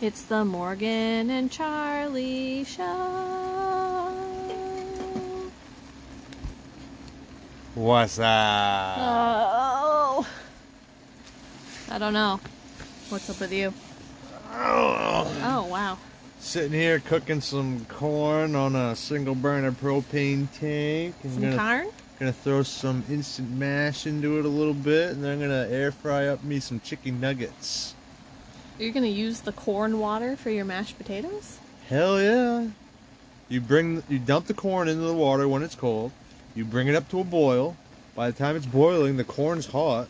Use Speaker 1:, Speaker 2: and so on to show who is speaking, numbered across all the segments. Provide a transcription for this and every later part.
Speaker 1: It's the Morgan and Charlie
Speaker 2: Uh.
Speaker 1: show.
Speaker 2: What's up?
Speaker 1: Oh. I don't know. What's up with you? Oh, wow.
Speaker 2: Uh, Sitting here cooking some corn on a single burner propane tank. I'm
Speaker 1: Some
Speaker 2: gonna,
Speaker 1: carn?
Speaker 2: gonna throw some instant mash into it a little bit, and then I'm gonna air fry up me some chicken nuggets.
Speaker 1: You're going to use the corn water for your mashed potatoes?
Speaker 2: Hell yeah! You bring you dump the corn into the water when it's cold. You bring it up to a boil. By the time it's boiling, the corn's hot.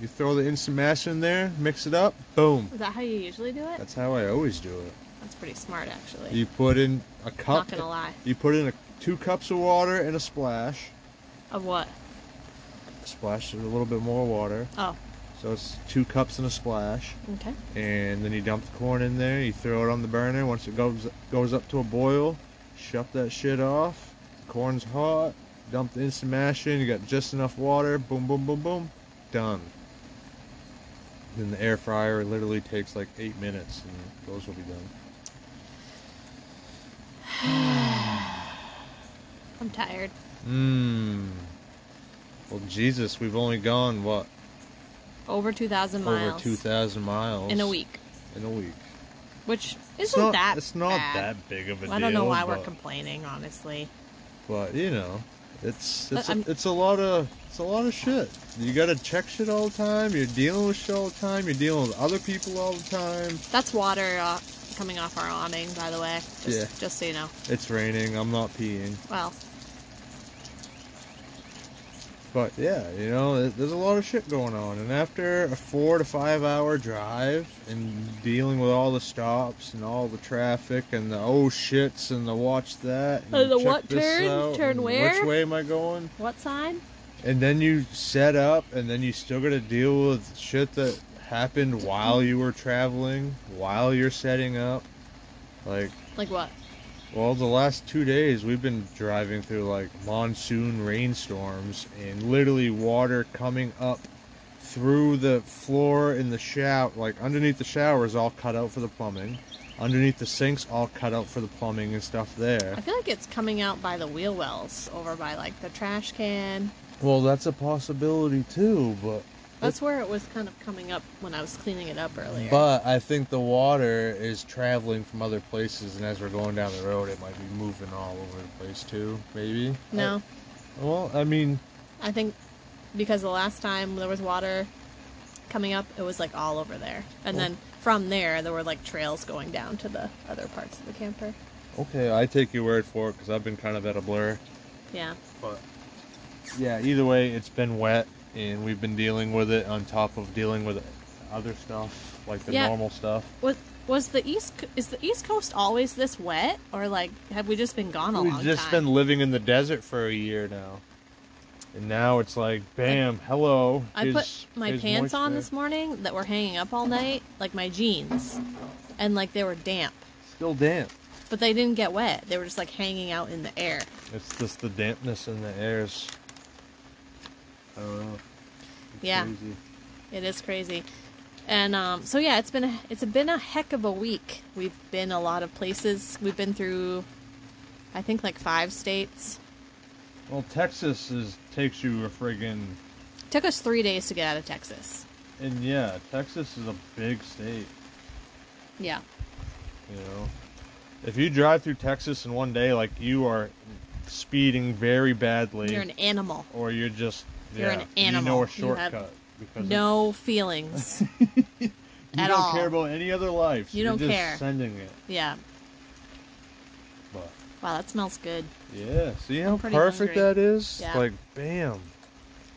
Speaker 2: You throw the instant mash in there, mix it up, boom.
Speaker 1: Is that how you usually do it?
Speaker 2: That's how I always do it.
Speaker 1: That's pretty smart, actually.
Speaker 2: You put in a cup.
Speaker 1: Not going to lie.
Speaker 2: You put in a, two cups of water and a splash.
Speaker 1: Of what?
Speaker 2: Splash it a little bit more water.
Speaker 1: Oh,
Speaker 2: So it's two cups and a splash.
Speaker 1: okay.
Speaker 2: And then you dump the corn in there. You throw it on the burner. Once it goes goes up to a boil, shut that shit off. Corn's hot. Dump the instant mash in. You got just enough water. Boom, boom, boom, boom. Done. Then the air fryer literally takes like eight minutes, and those will be done.
Speaker 1: I'm tired.
Speaker 2: Mmm. Well, Jesus, we've only gone what
Speaker 1: Over 2,000 miles.
Speaker 2: over two thousand miles
Speaker 1: In a week.
Speaker 2: In a week.
Speaker 1: Which isn't
Speaker 2: it's not,
Speaker 1: that
Speaker 2: It's not
Speaker 1: bad.
Speaker 2: that big of a deal.
Speaker 1: I don't know why we're
Speaker 2: but-
Speaker 1: complaining, honestly.
Speaker 2: But you know, it's
Speaker 1: But
Speaker 2: it's a,
Speaker 1: Uh, I'm-
Speaker 2: it's a lot of it's a lot of shit. You gotta check shit all the time. You're dealing with shit all the time. You're dealing with other people all the time.
Speaker 1: That's water uh, coming off our awning, by the way. Just,
Speaker 2: Yeah.
Speaker 1: just so you know.
Speaker 2: It's raining. I'm not peeing.
Speaker 1: Well,
Speaker 2: But yeah, you know, th- there's a lot of shit going on. And after a four to five hour drive and dealing with all the stops and all the traffic and the oh shits and the watch that
Speaker 1: And Oh, the
Speaker 2: check
Speaker 1: what
Speaker 2: this
Speaker 1: turn?
Speaker 2: out
Speaker 1: Turn
Speaker 2: and
Speaker 1: where?
Speaker 2: Which way am I going?
Speaker 1: what sign?
Speaker 2: And then you set up, and then you still got to deal with shit that happened while you were traveling, while you're setting up. Like,
Speaker 1: Like what?
Speaker 2: well, the last two days we've been driving through like monsoon rainstorms and literally water coming up through the floor in the shower, like underneath the shower is all cut out for the plumbing, underneath the sinks all cut out for the plumbing and stuff there.
Speaker 1: I feel like it's coming out by the wheel wells over by like the trash can.
Speaker 2: Well, that's a possibility too, but
Speaker 1: That's where it was kind of coming up when I was cleaning it up earlier.
Speaker 2: But I think the water is traveling from other places, and as we're going down the road, it might be moving all over the place too. Maybe.
Speaker 1: no,
Speaker 2: I- well, I mean,
Speaker 1: I think because the last time there was water coming up, it was like all over there. And
Speaker 2: Well-
Speaker 1: then from there, there were like trails going down to the other parts of the camper.
Speaker 2: okay, I take your word for it because I've been kind of at a blur.
Speaker 1: Yeah.
Speaker 2: But yeah, either way, it's been wet, and we've been dealing with it on top of dealing with other stuff like the
Speaker 1: Yeah.
Speaker 2: normal stuff.
Speaker 1: Was was the east Co- is the east coast always this wet or like have we just been gone a
Speaker 2: We've
Speaker 1: long
Speaker 2: just
Speaker 1: time?
Speaker 2: been living in the desert for a year now. And now it's like, bam, hello.
Speaker 1: I put
Speaker 2: here's-
Speaker 1: my
Speaker 2: here's
Speaker 1: pants on
Speaker 2: moisture.
Speaker 1: this morning that were hanging up all night, like my jeans, and like they were damp,
Speaker 2: Still damp.
Speaker 1: but they didn't get wet. They were just like hanging out in the air.
Speaker 2: It's just the dampness in the airs. I don't know. It's
Speaker 1: Yeah.
Speaker 2: crazy.
Speaker 1: It is crazy. And um, so yeah, it's been a, it's been a heck of a week. We've been a lot of places. We've been through, I think like five states.
Speaker 2: Well, Texas is takes you a friggin'
Speaker 1: Took us three days to get out of Texas.
Speaker 2: and yeah, Texas is a big state.
Speaker 1: Yeah,
Speaker 2: You know, if you drive through Texas in one day, like you are speeding very badly,
Speaker 1: you're an animal.
Speaker 2: or you're just
Speaker 1: You're
Speaker 2: yeah,
Speaker 1: an
Speaker 2: You know
Speaker 1: animal.
Speaker 2: a
Speaker 1: You have
Speaker 2: shortcut because
Speaker 1: No feelings.
Speaker 2: you
Speaker 1: at
Speaker 2: don't
Speaker 1: all.
Speaker 2: care about any other life.
Speaker 1: You
Speaker 2: You're
Speaker 1: don't
Speaker 2: just
Speaker 1: care.
Speaker 2: Sending it,
Speaker 1: yeah.
Speaker 2: but
Speaker 1: Wow, that smells good.
Speaker 2: yeah, see how
Speaker 1: pretty
Speaker 2: perfect
Speaker 1: hungry.
Speaker 2: that is.
Speaker 1: Yeah.
Speaker 2: Like, bam.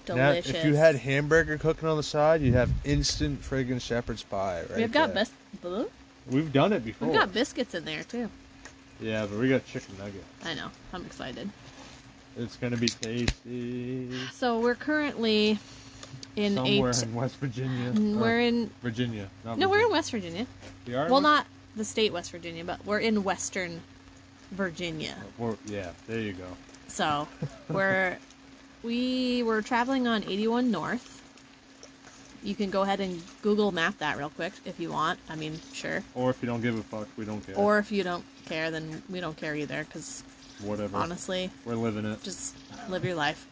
Speaker 2: Now,
Speaker 1: Delicious.
Speaker 2: if you had hamburger cooking on the side, you'd have instant friggin' shepherd's pie, right?
Speaker 1: we've got
Speaker 2: there. Oh.
Speaker 1: bis- bleh?
Speaker 2: We've done it before.
Speaker 1: we've got biscuits in there too.
Speaker 2: yeah, but we got chicken nugget.
Speaker 1: I know. I'm excited.
Speaker 2: It's gonna be tasty.
Speaker 1: So we're currently in
Speaker 2: Somewhere
Speaker 1: a.
Speaker 2: in West Virginia.
Speaker 1: T-
Speaker 2: Or
Speaker 1: we're in.
Speaker 2: Virginia. Not
Speaker 1: No, we're in
Speaker 2: Virginia.
Speaker 1: West Virginia.
Speaker 2: We are in
Speaker 1: Well,
Speaker 2: West-
Speaker 1: not the state West Virginia, but we're in Western Virginia.
Speaker 2: we're- yeah, there you go.
Speaker 1: So we're we were traveling on 81 North You can go ahead and Google map that real quick if you want. I mean, sure.
Speaker 2: Or if you don't give a fuck, we don't care.
Speaker 1: Or if you don't care, then we don't care either. Because
Speaker 2: whatever.
Speaker 1: honestly,
Speaker 2: We're living it.
Speaker 1: just live your life.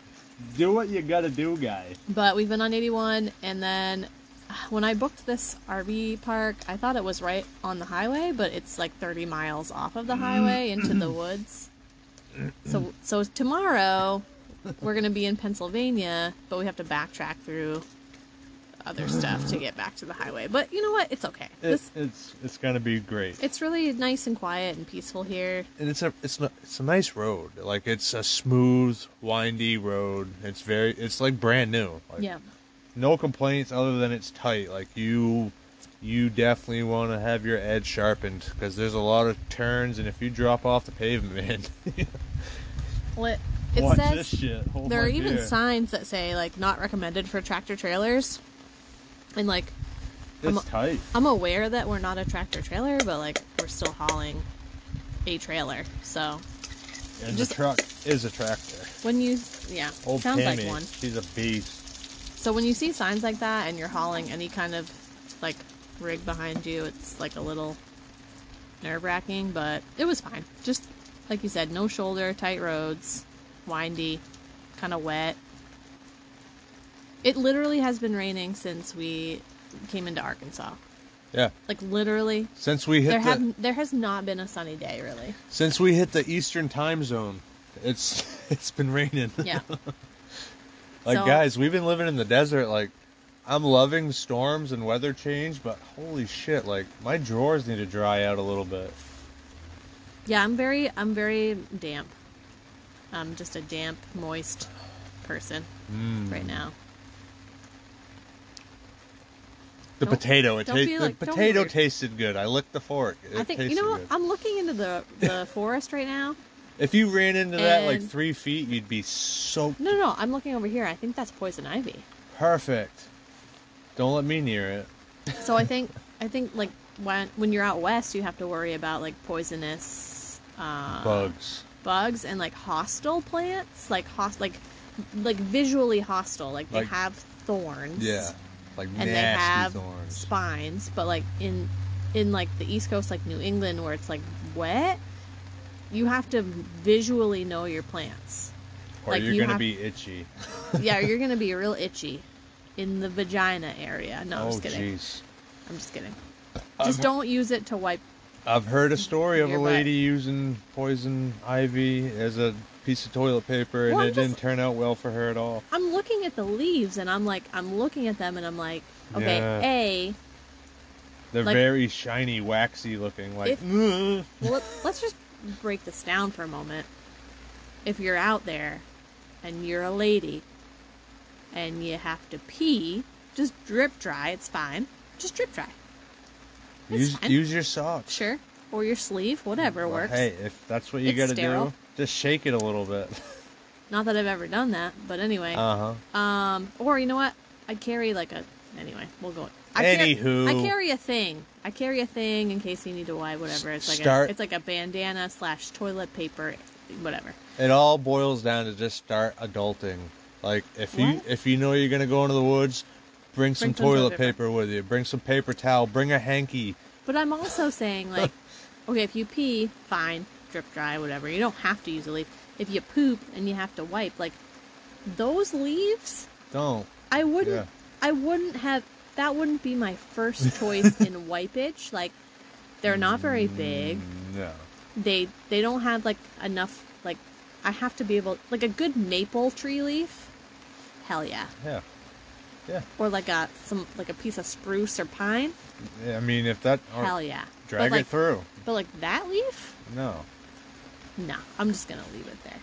Speaker 2: do what you gotta do, guy.
Speaker 1: But we've been on 81, and then when I booked this RV park, I thought it was right on the highway, but it's like 30 miles off of the
Speaker 2: Mm.
Speaker 1: highway into the woods. So, so tomorrow we're gonna be in Pennsylvania, but we have to backtrack through other stuff to get back to the highway. But you know what? It's okay.
Speaker 2: It,
Speaker 1: This,
Speaker 2: it's it's gonna be great.
Speaker 1: it's really nice and quiet and peaceful here.
Speaker 2: and it's a it's not it's a nice road. Like it's a smooth, windy road. It's very it's like brand new. Like,
Speaker 1: Yeah,
Speaker 2: No complaints other than it's tight. Like you you definitely want to have your edge sharpened because there's a lot of turns and if you drop off the pavement, man,
Speaker 1: well, it, it
Speaker 2: watch
Speaker 1: says
Speaker 2: this shit. Hold
Speaker 1: there
Speaker 2: Oh my
Speaker 1: are even
Speaker 2: beer.
Speaker 1: signs that say like not recommended for tractor trailers and like
Speaker 2: It's tight.
Speaker 1: i'm aware that we're not a tractor trailer but like we're still hauling a trailer so
Speaker 2: And
Speaker 1: just-
Speaker 2: the truck is a tractor.
Speaker 1: when you yeah
Speaker 2: Old
Speaker 1: sounds
Speaker 2: Tammy,
Speaker 1: like one
Speaker 2: she's a beast.
Speaker 1: so when you see signs like that and you're hauling any kind of like rig behind you it's like a little nerve-wracking but it was fine just like you said no shoulder tight roads windy kind of wet it literally has been raining since we came into arkansas
Speaker 2: Yeah.
Speaker 1: like literally
Speaker 2: Since we hit
Speaker 1: there
Speaker 2: the,
Speaker 1: have there has not been a sunny day really
Speaker 2: since we hit the Eastern Time Zone, it's it's been raining.
Speaker 1: yeah
Speaker 2: Like
Speaker 1: So-
Speaker 2: guys, we've been living in the desert. Like, I'm loving storms and weather change, but holy shit! Like my drawers need to dry out a little bit.
Speaker 1: yeah i'm very i'm very damp i'm just a damp moist person
Speaker 2: Mm.
Speaker 1: right now
Speaker 2: The
Speaker 1: Don't-
Speaker 2: potato, it
Speaker 1: don't
Speaker 2: ta-
Speaker 1: be
Speaker 2: the
Speaker 1: like- don't be
Speaker 2: potato
Speaker 1: weird.
Speaker 2: tasted good. I licked the fork. It
Speaker 1: i think you
Speaker 2: tasted
Speaker 1: know what
Speaker 2: good.
Speaker 1: i'm looking into the the forest right now
Speaker 2: If you ran into that like
Speaker 1: And-
Speaker 2: three feet, you'd be soaked.
Speaker 1: no no no i'm looking over here i think that's poison ivy
Speaker 2: Perfect. Don't let me near it.
Speaker 1: so i think i think like when when you're out west you have to worry about like poisonous uh,
Speaker 2: Bugs.
Speaker 1: bugs and like hostile plants like host like like visually hostile like they
Speaker 2: Like-
Speaker 1: have thorns
Speaker 2: Yeah. Like
Speaker 1: and
Speaker 2: nasty
Speaker 1: they have
Speaker 2: thorns.
Speaker 1: spines but like in in like the east coast like new england where it's like wet you have to visually know your plants
Speaker 2: Or
Speaker 1: like,
Speaker 2: you're
Speaker 1: you
Speaker 2: gonna
Speaker 1: have- Oh,
Speaker 2: be itchy.
Speaker 1: yeah you're gonna be real itchy in the vagina area no i'm
Speaker 2: oh
Speaker 1: just kidding
Speaker 2: jeez. Um,
Speaker 1: i'm just kidding just don't use it to wipe
Speaker 2: I've heard a story of a
Speaker 1: Your butt.
Speaker 2: lady using poison ivy as a piece of toilet paper, and
Speaker 1: Well,
Speaker 2: it
Speaker 1: I'm just-
Speaker 2: didn't turn out well for her at all.
Speaker 1: i'm looking at the leaves and i'm like i'm looking at them and i'm like okay
Speaker 2: Yeah.
Speaker 1: a
Speaker 2: They're
Speaker 1: Like-
Speaker 2: very shiny, waxy looking. Like,
Speaker 1: If-
Speaker 2: "Ugh."
Speaker 1: Well, let- let's just break this down for a moment. If you're out there and you're a lady and you have to pee, just drip dry. It's fine. Just drip dry. it's
Speaker 2: use,
Speaker 1: fine.
Speaker 2: use your socks.
Speaker 1: Sure. Or your sleeve, whatever
Speaker 2: Well,
Speaker 1: works.
Speaker 2: Hey, if that's what you
Speaker 1: It's
Speaker 2: gotta do,
Speaker 1: sterile.
Speaker 2: just shake it a little bit.
Speaker 1: Not that I've ever done that, but anyway.
Speaker 2: Uh huh.
Speaker 1: um, or you know what? I carry like a. Anyway, we'll go. I
Speaker 2: Anywho.
Speaker 1: Carry, I carry a thing. I carry a thing in case you need to wipe whatever. It's like
Speaker 2: Start-
Speaker 1: a, it's like a bandana slash toilet paper, whatever.
Speaker 2: It all boils down to just start adulting. Like if you
Speaker 1: What?
Speaker 2: if you know you're gonna go into the woods, bring, some, toilet paper. with you. Bring some paper towel. Bring a hanky.
Speaker 1: But I'm also saying like, okay, if you pee, fine, drip dry, whatever. You don't have to use a leaf. If you poop and you have to wipe, like those leaves,
Speaker 2: Don't.
Speaker 1: I wouldn't,
Speaker 2: Yeah.
Speaker 1: I wouldn't have. That wouldn't be my first choice in wipage. Like, they're not very big.
Speaker 2: Mm, No.
Speaker 1: They they don't have like enough. Like, I have to be able like a good maple tree leaf. Hell yeah.
Speaker 2: Yeah. Yeah.
Speaker 1: Or like a some like a piece of spruce or pine.
Speaker 2: Yeah, I mean, if that or
Speaker 1: Hell yeah.
Speaker 2: drag
Speaker 1: but like,
Speaker 2: it through.
Speaker 1: But like that leaf,
Speaker 2: No.
Speaker 1: No, I'm just gonna leave it there.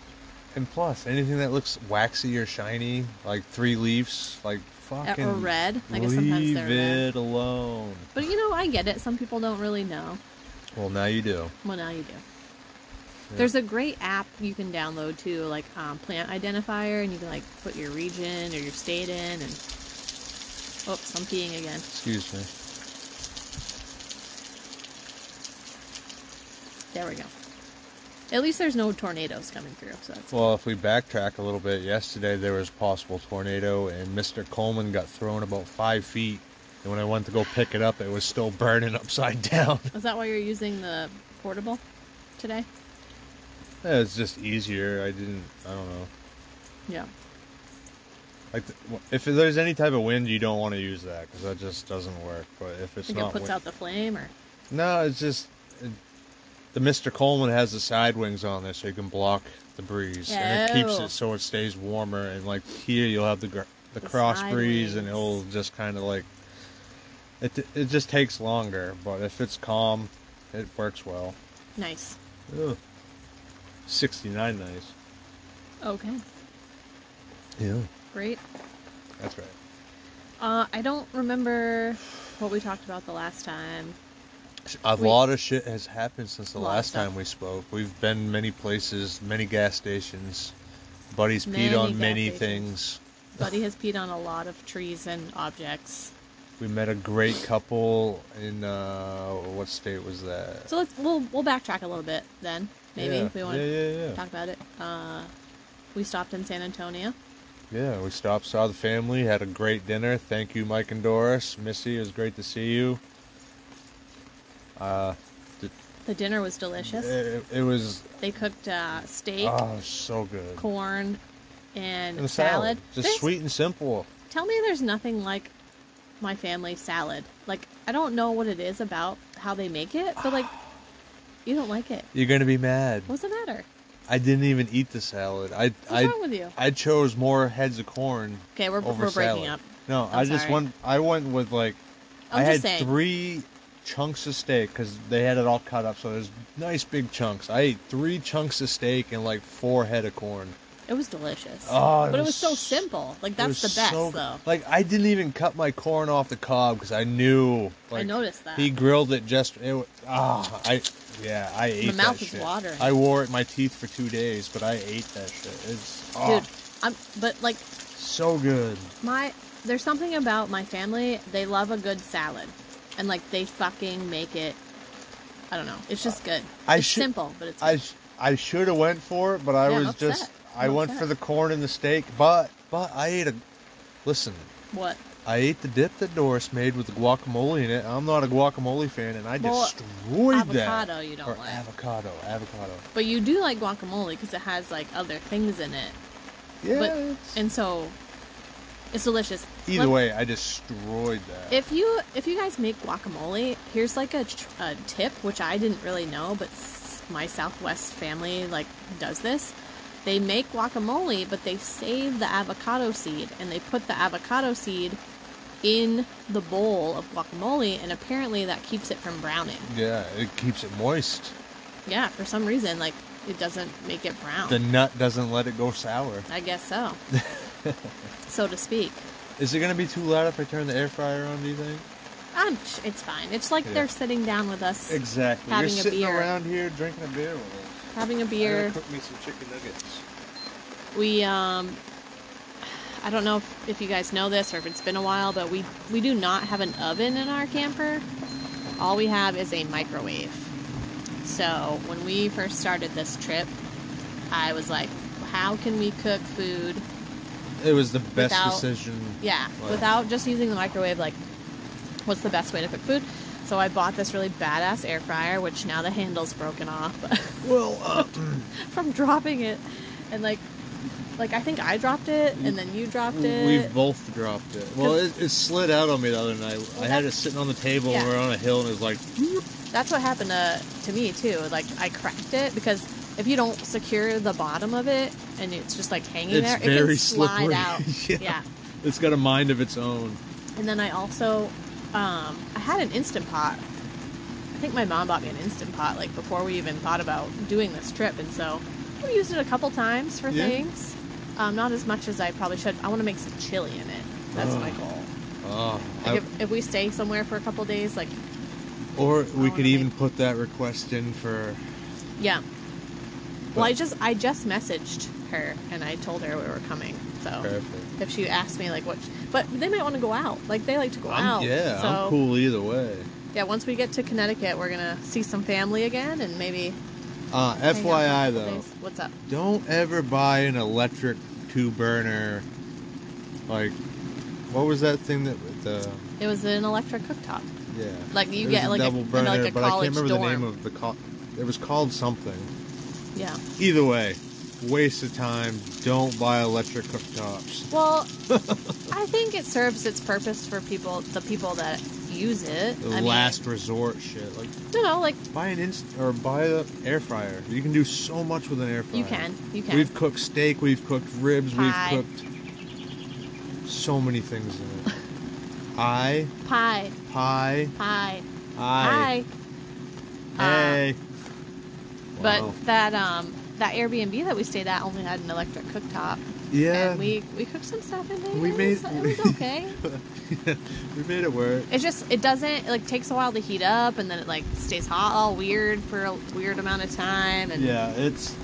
Speaker 2: And plus, anything that looks waxy or shiny, like three leaves, like fucking
Speaker 1: or red. I guess sometimes
Speaker 2: leave
Speaker 1: they're
Speaker 2: it alone.
Speaker 1: But you know, I get it. Some people don't really know.
Speaker 2: Well, now you do.
Speaker 1: Well, now you do. There's a great app you can download too, like um, plant identifier, and you can like put your region or your state in. And oops, I'm peeing again.
Speaker 2: Excuse me.
Speaker 1: There we go. At least there's no tornadoes coming through, so that's
Speaker 2: Well, if we backtrack a little bit, yesterday there was a possible tornado, and Mr. Coleman got thrown about five feet. And when I went to go pick it up, it was still burning upside down.
Speaker 1: Is that why you're using the portable today?
Speaker 2: Yeah, it's just easier. I didn't. I don't know.
Speaker 1: Yeah.
Speaker 2: Like, th- w- if there's any type of wind, you don't want to use that because that just doesn't work. But if it's
Speaker 1: think
Speaker 2: not,
Speaker 1: it puts
Speaker 2: win-
Speaker 1: out the flame or
Speaker 2: no, it's just it, the Mr. Coleman has the side wings on there, so you can block the breeze, and it keeps
Speaker 1: Oh.
Speaker 2: it so it stays warmer. And like here, you'll have the gr- the,
Speaker 1: The
Speaker 2: cross
Speaker 1: side
Speaker 2: breeze, and
Speaker 1: wings.
Speaker 2: it'll just kind of like it. t- It just takes longer, but if it's calm, it works well.
Speaker 1: nice.
Speaker 2: Ugh. Sixty-nine, nice.
Speaker 1: Okay.
Speaker 2: Yeah,
Speaker 1: Great.
Speaker 2: that's right.
Speaker 1: Uh, I don't remember what we talked about the last time.
Speaker 2: A
Speaker 1: We-
Speaker 2: lot of shit has happened since the
Speaker 1: Lot of
Speaker 2: last
Speaker 1: stuff.
Speaker 2: time we spoke. We've been many places, many gas stations. Buddies
Speaker 1: Many
Speaker 2: peed on
Speaker 1: gas
Speaker 2: many
Speaker 1: stations.
Speaker 2: things.
Speaker 1: Buddy has peed on a lot of trees and objects.
Speaker 2: We met a great couple in uh, what state was that?
Speaker 1: So let's we'll we'll backtrack a little bit then. Maybe
Speaker 2: yeah.
Speaker 1: we want
Speaker 2: yeah,
Speaker 1: to
Speaker 2: yeah, yeah.
Speaker 1: talk about it. Uh, we stopped in San Antonio.
Speaker 2: Yeah, we stopped, saw the family, had a great dinner. Thank you, Mike and Doris. Missy, it was great to see you. Uh, th-
Speaker 1: The dinner was delicious.
Speaker 2: it, it was
Speaker 1: They cooked uh, steak,
Speaker 2: oh so good.
Speaker 1: corn, and,
Speaker 2: And the
Speaker 1: salad.
Speaker 2: salad, just
Speaker 1: There's-
Speaker 2: sweet and simple.
Speaker 1: Tell me, there's nothing like my family salad. Like I don't know what it is about how they make it, but like you don't like it.
Speaker 2: You're gonna be mad.
Speaker 1: What's the matter?
Speaker 2: I didn't even eat the salad. I
Speaker 1: What's
Speaker 2: I
Speaker 1: wrong with you?
Speaker 2: I chose more heads of corn.
Speaker 1: Okay, we're,
Speaker 2: over
Speaker 1: we're breaking
Speaker 2: salad.
Speaker 1: up.
Speaker 2: No,
Speaker 1: I'm
Speaker 2: i just
Speaker 1: sorry.
Speaker 2: went. I went with like.
Speaker 1: I'm
Speaker 2: I
Speaker 1: just
Speaker 2: had
Speaker 1: saying.
Speaker 2: three chunks of steak because they had it all cut up, so there's nice big chunks. I ate three chunks of steak and like four head of corn.
Speaker 1: It was delicious.
Speaker 2: Oh, it
Speaker 1: but it was
Speaker 2: was
Speaker 1: so
Speaker 2: s-
Speaker 1: simple. Like
Speaker 2: It
Speaker 1: that's
Speaker 2: was
Speaker 1: the best
Speaker 2: so good.
Speaker 1: though.
Speaker 2: Like I didn't even cut my corn off the cob because I knew. Like,
Speaker 1: noticed that.
Speaker 2: he grilled it just. It wa- ah, I yeah, I ate. that
Speaker 1: mouth is
Speaker 2: shit.
Speaker 1: watering.
Speaker 2: I wore it in my teeth for two days, but I ate that shit. It's ah,
Speaker 1: Dude, I'm but like
Speaker 2: so good.
Speaker 1: my there's something about my family, they love a good salad. And like they fucking make it I don't know. It's just good.
Speaker 2: Uh, I
Speaker 1: it's
Speaker 2: should-
Speaker 1: simple, but it's
Speaker 2: I
Speaker 1: good.
Speaker 2: sh- I should have went for it, but I
Speaker 1: Yeah, I'm
Speaker 2: was
Speaker 1: upset.
Speaker 2: just I
Speaker 1: I'm
Speaker 2: went
Speaker 1: upset.
Speaker 2: for the corn and the steak, but but I ate a listen.
Speaker 1: what?
Speaker 2: I ate the dip that Doris made with the guacamole in it. I'm not a guacamole fan, and I
Speaker 1: Well,
Speaker 2: destroyed that.
Speaker 1: avocado you don't
Speaker 2: or
Speaker 1: like.
Speaker 2: avocado, avocado.
Speaker 1: But you do like guacamole because it has like other things in it.
Speaker 2: Yeah.
Speaker 1: But-
Speaker 2: it's-
Speaker 1: And so it's delicious.
Speaker 2: either
Speaker 1: Let-
Speaker 2: way, I destroyed that.
Speaker 1: If you if you guys make guacamole, here's like a, tr- a tip which I didn't really know, but s- my Southwest family like does this. They make guacamole, but they save the avocado seed and they put the avocado seed in the bowl of guacamole, and apparently that keeps it from browning.
Speaker 2: yeah, it keeps it moist.
Speaker 1: Yeah, for some reason, like it doesn't make it brown.
Speaker 2: The nut doesn't let it go sour.
Speaker 1: I guess so, so to speak.
Speaker 2: Is it gonna be too loud if I turn the air fryer on? Do you think?
Speaker 1: I'm, it's fine. It's like
Speaker 2: Yeah.
Speaker 1: they're sitting down with us,
Speaker 2: Exactly.
Speaker 1: Having a
Speaker 2: You're sitting
Speaker 1: beer.
Speaker 2: around here drinking a beer with us.
Speaker 1: having a
Speaker 2: I
Speaker 1: beer.
Speaker 2: gotta cook me some chicken nuggets.
Speaker 1: We um I don't know if, if you guys know this or if it's been a while, but we we do not have an oven in our camper. All we have is a microwave. So, when we first started this trip, I was like, how can we cook food
Speaker 2: It was the best
Speaker 1: Without-
Speaker 2: decision.
Speaker 1: yeah,
Speaker 2: Wow.
Speaker 1: without just using the microwave, like, what's the best way to cook food? So I bought this really badass air fryer, which now the handle's broken off
Speaker 2: Well, uh,
Speaker 1: from dropping it, and like, like I think I dropped it, and then you dropped it.
Speaker 2: we've both dropped it. Well, it, it slid out on me the other night. I had it sitting on the table
Speaker 1: Yeah.
Speaker 2: and we're on a hill and it was like,
Speaker 1: that's what happened to, to me too. Like I cracked it because if you don't secure the bottom of it and it's just like hanging
Speaker 2: It's
Speaker 1: there, it
Speaker 2: very
Speaker 1: can slide
Speaker 2: slippery.
Speaker 1: out.
Speaker 2: Yeah. it's got a mind of its own.
Speaker 1: And then I also, um, I had an instant pot. I think my mom bought me an instant pot like before we even thought about doing this trip, and so we used it a couple times for
Speaker 2: Yeah.
Speaker 1: things. Um, not as much as I probably should. I want to make some chili in it. That's
Speaker 2: Oh.
Speaker 1: my goal.
Speaker 2: Oh,
Speaker 1: Like
Speaker 2: I-
Speaker 1: if, if we stay somewhere for a couple days, like
Speaker 2: or we
Speaker 1: wanna
Speaker 2: could even
Speaker 1: make-
Speaker 2: put that request in for.
Speaker 1: Yeah. Well, I
Speaker 2: But-
Speaker 1: just I just messaged her and I told her we were coming. So
Speaker 2: Perfect.
Speaker 1: if she asked me like what, sh but they might want to go out. Like they like to go
Speaker 2: I'm-
Speaker 1: out.
Speaker 2: yeah,
Speaker 1: So
Speaker 2: I'm cool either way.
Speaker 1: yeah, once we get to Connecticut, we're gonna see some family again and maybe
Speaker 2: Uh,
Speaker 1: Hang on
Speaker 2: FYI
Speaker 1: a couple
Speaker 2: though,
Speaker 1: days. What's up?
Speaker 2: don't ever buy an electric two burner. Like, what was that thing that with the
Speaker 1: It was an electric cooktop.
Speaker 2: yeah?
Speaker 1: Like, you
Speaker 2: It was
Speaker 1: get, like, a-
Speaker 2: double
Speaker 1: in,
Speaker 2: burner,
Speaker 1: like, a
Speaker 2: but I can't
Speaker 1: college
Speaker 2: remember the name
Speaker 1: dorm.
Speaker 2: of the. Co- it was called something.
Speaker 1: Yeah.
Speaker 2: Either way, waste of time. Don't buy electric cooktops.
Speaker 1: Well, I think it serves its purpose for people, the people that use it.
Speaker 2: The
Speaker 1: I
Speaker 2: last resort shit. Like,
Speaker 1: mean, you know, like
Speaker 2: buy an inst or buy a air fryer. You can do so much with an air fryer.
Speaker 1: you can, you can.
Speaker 2: We've cooked steak, we've cooked ribs,
Speaker 1: Pie.
Speaker 2: we've cooked so many things in it. I,
Speaker 1: pie,
Speaker 2: pie,
Speaker 1: pie, pie.
Speaker 2: I,
Speaker 1: Uh,
Speaker 2: hey.
Speaker 1: But
Speaker 2: Wow.
Speaker 1: that um that Airbnb that we stayed at only had an electric cooktop,
Speaker 2: yeah,
Speaker 1: and we we cooked some stuff in there.
Speaker 2: We
Speaker 1: It
Speaker 2: made-
Speaker 1: was- it was okay.
Speaker 2: we made it work.
Speaker 1: It's just it doesn't it, like takes a while to heat up, and then it like stays hot all weird for a weird amount of time. And
Speaker 2: Yeah, it's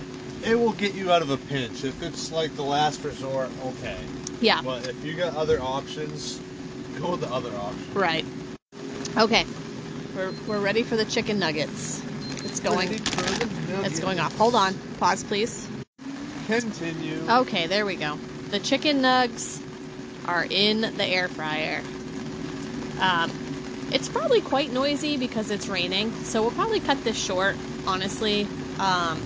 Speaker 2: it will get you out of a pinch. If it's like the last resort, okay.
Speaker 1: yeah,
Speaker 2: But if you got other options, go with the other option.
Speaker 1: right. Okay, we're we're ready for the chicken nuggets. It's going. It's going off. Hold on. Pause, please.
Speaker 2: Continue.
Speaker 1: Okay, there we go. The chicken nugs are in the air fryer. Um, it's probably quite noisy because it's raining, so we'll probably cut this short, honestly. Um,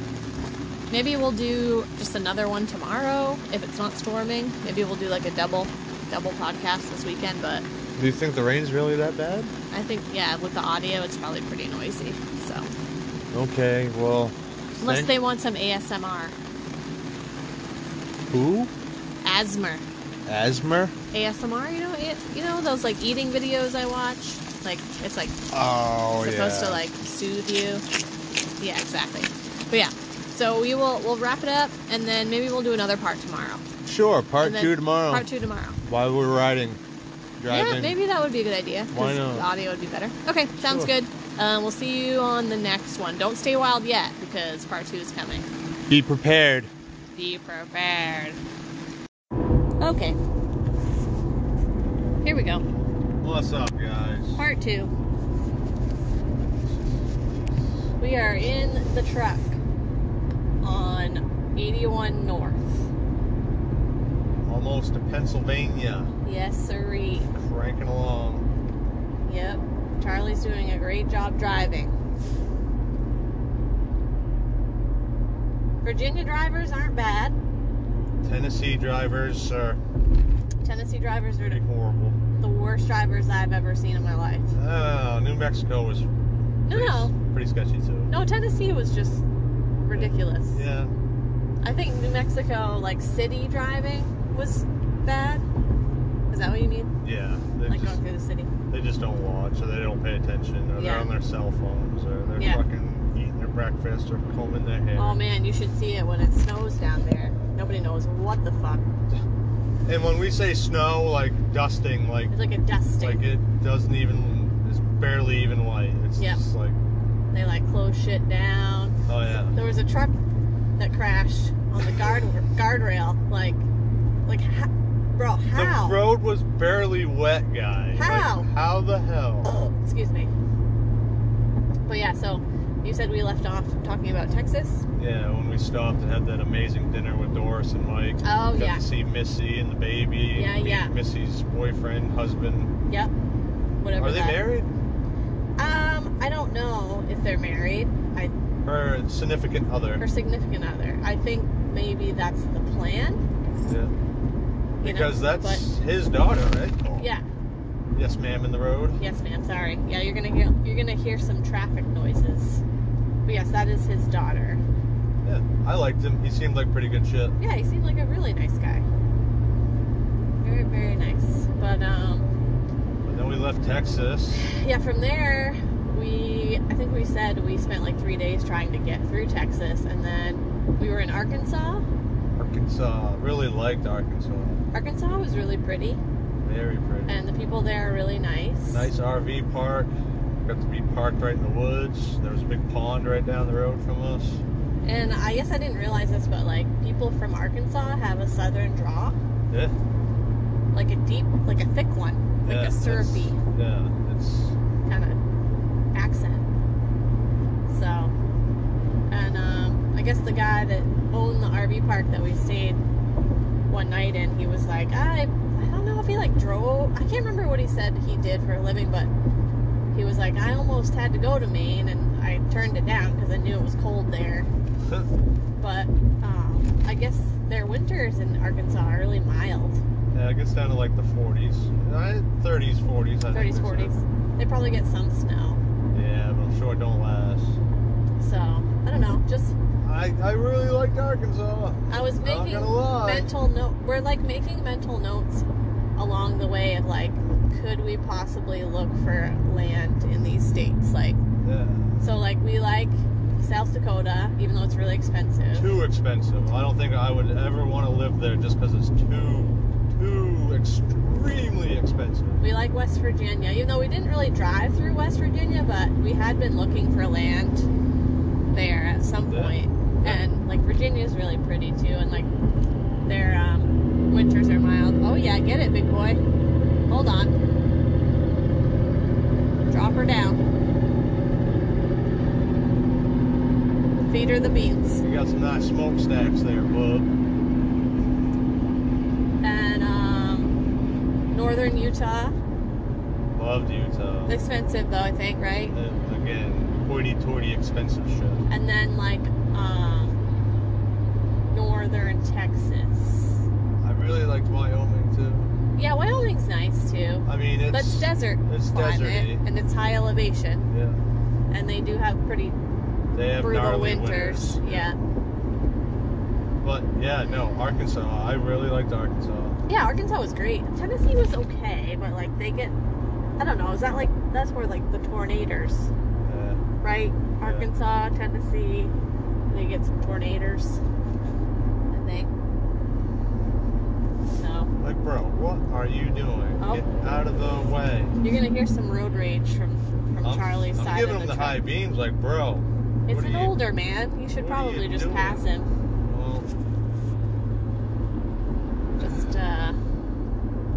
Speaker 1: maybe we'll do just another one tomorrow if it's not storming. Maybe we'll do like a double double podcast this weekend, but
Speaker 2: Do you think the rain's really that bad?
Speaker 1: I think yeah, with the audio it's probably pretty noisy. So
Speaker 2: Okay, well.
Speaker 1: unless
Speaker 2: thank-
Speaker 1: they want some ASMR.
Speaker 2: Who?
Speaker 1: Asmer.
Speaker 2: Asmer?
Speaker 1: ASMR, you know, it, you know those like eating videos I watch. Like it's like
Speaker 2: Oh,
Speaker 1: supposed to like soothe you. Yeah, exactly. But yeah, so we will we'll wrap it up and then maybe we'll do another part tomorrow.
Speaker 2: Sure, part
Speaker 1: And then
Speaker 2: two tomorrow.
Speaker 1: Part two tomorrow.
Speaker 2: While we're riding, driving.
Speaker 1: Yeah, maybe that would be a good idea. 'cause
Speaker 2: Why not?
Speaker 1: The audio would be better. Okay, sounds
Speaker 2: Sure.
Speaker 1: good. Um, we'll see you on the next one. Don't stay wild yet because part two is coming.
Speaker 2: Be prepared.
Speaker 1: Be prepared. Okay. Here we go.
Speaker 2: What's up, guys?
Speaker 1: Part two. We are in the truck on 81 North.
Speaker 2: Almost to Pennsylvania.
Speaker 1: Yes, sirree.
Speaker 2: Cranking along.
Speaker 1: Yep. Charlie's doing a great job driving. Virginia drivers aren't bad.
Speaker 2: Tennessee drivers are
Speaker 1: Tennessee drivers
Speaker 2: pretty
Speaker 1: are
Speaker 2: horrible.
Speaker 1: the worst drivers I've ever seen in my life.
Speaker 2: Oh, New Mexico was
Speaker 1: No,
Speaker 2: pretty,
Speaker 1: no.
Speaker 2: pretty sketchy, too.
Speaker 1: No, Tennessee was just ridiculous.
Speaker 2: Yeah.
Speaker 1: I think New Mexico, like city driving, was bad. Is that what you mean?
Speaker 2: Yeah. They,
Speaker 1: Like
Speaker 2: just,
Speaker 1: going through the city?
Speaker 2: they just don't watch or they don't pay attention or they're
Speaker 1: Yeah.
Speaker 2: on their cell phones or they're
Speaker 1: Yeah.
Speaker 2: fucking eating their breakfast or combing their hair.
Speaker 1: Oh man, you should see it when it snows down there. Nobody knows what the fuck.
Speaker 2: And when we say snow, like dusting, like
Speaker 1: It's like a dusting.
Speaker 2: like it doesn't even it's barely even white. It's
Speaker 1: Yep.
Speaker 2: just like
Speaker 1: they like close shit down.
Speaker 2: oh yeah.
Speaker 1: There was a truck that crashed on the guard guardrail. Like, like, ha- bro, how?
Speaker 2: The road was barely wet, guy. Like,
Speaker 1: How?
Speaker 2: how the hell?
Speaker 1: Oh, excuse me. But yeah, so you said we left off talking about Texas.
Speaker 2: Yeah, when we stopped and had that amazing dinner with Doris and Mike.
Speaker 1: Oh
Speaker 2: Got
Speaker 1: yeah,
Speaker 2: to see Missy and the baby.
Speaker 1: Yeah,
Speaker 2: and meet
Speaker 1: yeah.
Speaker 2: Missy's boyfriend, husband.
Speaker 1: yep. Whatever.
Speaker 2: Are they
Speaker 1: that-
Speaker 2: married?
Speaker 1: Um, I don't know if they're married. I
Speaker 2: Her significant
Speaker 1: her
Speaker 2: other.
Speaker 1: significant other. I think maybe that's the plan.
Speaker 2: Yeah.
Speaker 1: you know,
Speaker 2: Because that's his daughter, right?
Speaker 1: But, yeah.
Speaker 2: Yes, ma'am, in the road.
Speaker 1: Yes, ma'am. Sorry. Yeah, you're gonna hear you're gonna hear some traffic noises. But yes, that is his daughter.
Speaker 2: Yeah. I liked him. He seemed like pretty good shit.
Speaker 1: Yeah, he seemed like a really nice guy. Very, very nice. But um,
Speaker 2: But then we left Texas.
Speaker 1: yeah, from there we I think we said we spent like three days trying to get through Texas, and then we were in Arkansas.
Speaker 2: Arkansas. Really liked Arkansas.
Speaker 1: Arkansas was really pretty,
Speaker 2: Very pretty.
Speaker 1: and the people there are really nice.
Speaker 2: Nice RV park. Got to be parked right in the woods. There was a big pond right down the road from us.
Speaker 1: And I guess I didn't realize this, but like people from Arkansas have a southern draw,
Speaker 2: Yeah.
Speaker 1: like a deep, like a thick one, like
Speaker 2: yeah,
Speaker 1: a syrupy.
Speaker 2: It's, yeah. It's
Speaker 1: kind of accent. So, and uh, guess the guy that owned the RV park that we stayed one night in, he was like, I, I don't know if he like drove. I can't remember what he said he did for a living, but he was like, I almost had to go to Maine, and I turned it down because I knew it was cold there. But um, I guess their winters in Arkansas are really mild,
Speaker 2: Yeah, it gets down to like the 40s. I- 30s, 40s. I
Speaker 1: 30s,
Speaker 2: think they said.
Speaker 1: 40s. They probably get some snow.
Speaker 2: Yeah, but I'm sure it don't last.
Speaker 1: So I don't know. Just
Speaker 2: I, I really liked Arkansas.
Speaker 1: I was
Speaker 2: Not
Speaker 1: making
Speaker 2: gonna lie.
Speaker 1: mental note. We're like making mental notes along the way of like, could we possibly look for land in these states? Like,
Speaker 2: Yeah.
Speaker 1: so like we like South Dakota, even though it's really expensive.
Speaker 2: Too expensive. I don't think I would ever want to live there just because it's too, too extremely expensive.
Speaker 1: We like West Virginia, even though we didn't really drive through West Virginia, but we had been looking for land there at some
Speaker 2: Yeah.
Speaker 1: point.
Speaker 2: Yeah.
Speaker 1: And like Virginia's really pretty too, and like their um, winters are mild. Oh yeah, get it, big boy. Hold on. Drop her down. Feed her the beans.
Speaker 2: You got some nice smokestacks there, bub.
Speaker 1: And um, northern Utah.
Speaker 2: Loved Utah.
Speaker 1: Expensive though, I think, right?
Speaker 2: And again, hoity-toity expensive shit.
Speaker 1: and then like um, northern Texas.
Speaker 2: I really liked Wyoming too.
Speaker 1: Yeah, Wyoming's nice too,
Speaker 2: I mean, it's
Speaker 1: but it's desert
Speaker 2: it's
Speaker 1: climate
Speaker 2: deserty.
Speaker 1: and it's high elevation,
Speaker 2: yeah.
Speaker 1: and they do have pretty
Speaker 2: They have
Speaker 1: brutal
Speaker 2: gnarly
Speaker 1: winters. Yeah,
Speaker 2: But yeah, no, Arkansas. I really liked Arkansas.
Speaker 1: yeah, Arkansas was great. Tennessee was okay, but like they get, I don't know, is that like that's where like the tornadoes,
Speaker 2: Yeah.
Speaker 1: right? Arkansas, Tennessee, they get some tornadoes, I think. So.
Speaker 2: Like, bro, what are you doing?
Speaker 1: Oh.
Speaker 2: Get out of the way.
Speaker 1: You're gonna hear some road rage from from
Speaker 2: I'm,
Speaker 1: Charlie's
Speaker 2: I'm
Speaker 1: side
Speaker 2: giving
Speaker 1: of
Speaker 2: him
Speaker 1: the,
Speaker 2: the
Speaker 1: truck.
Speaker 2: high beams, like, bro.
Speaker 1: It's
Speaker 2: what are
Speaker 1: an
Speaker 2: you-
Speaker 1: older man. You should
Speaker 2: what are you
Speaker 1: probably just
Speaker 2: doing?
Speaker 1: pass him.
Speaker 2: Well,
Speaker 1: Just uh,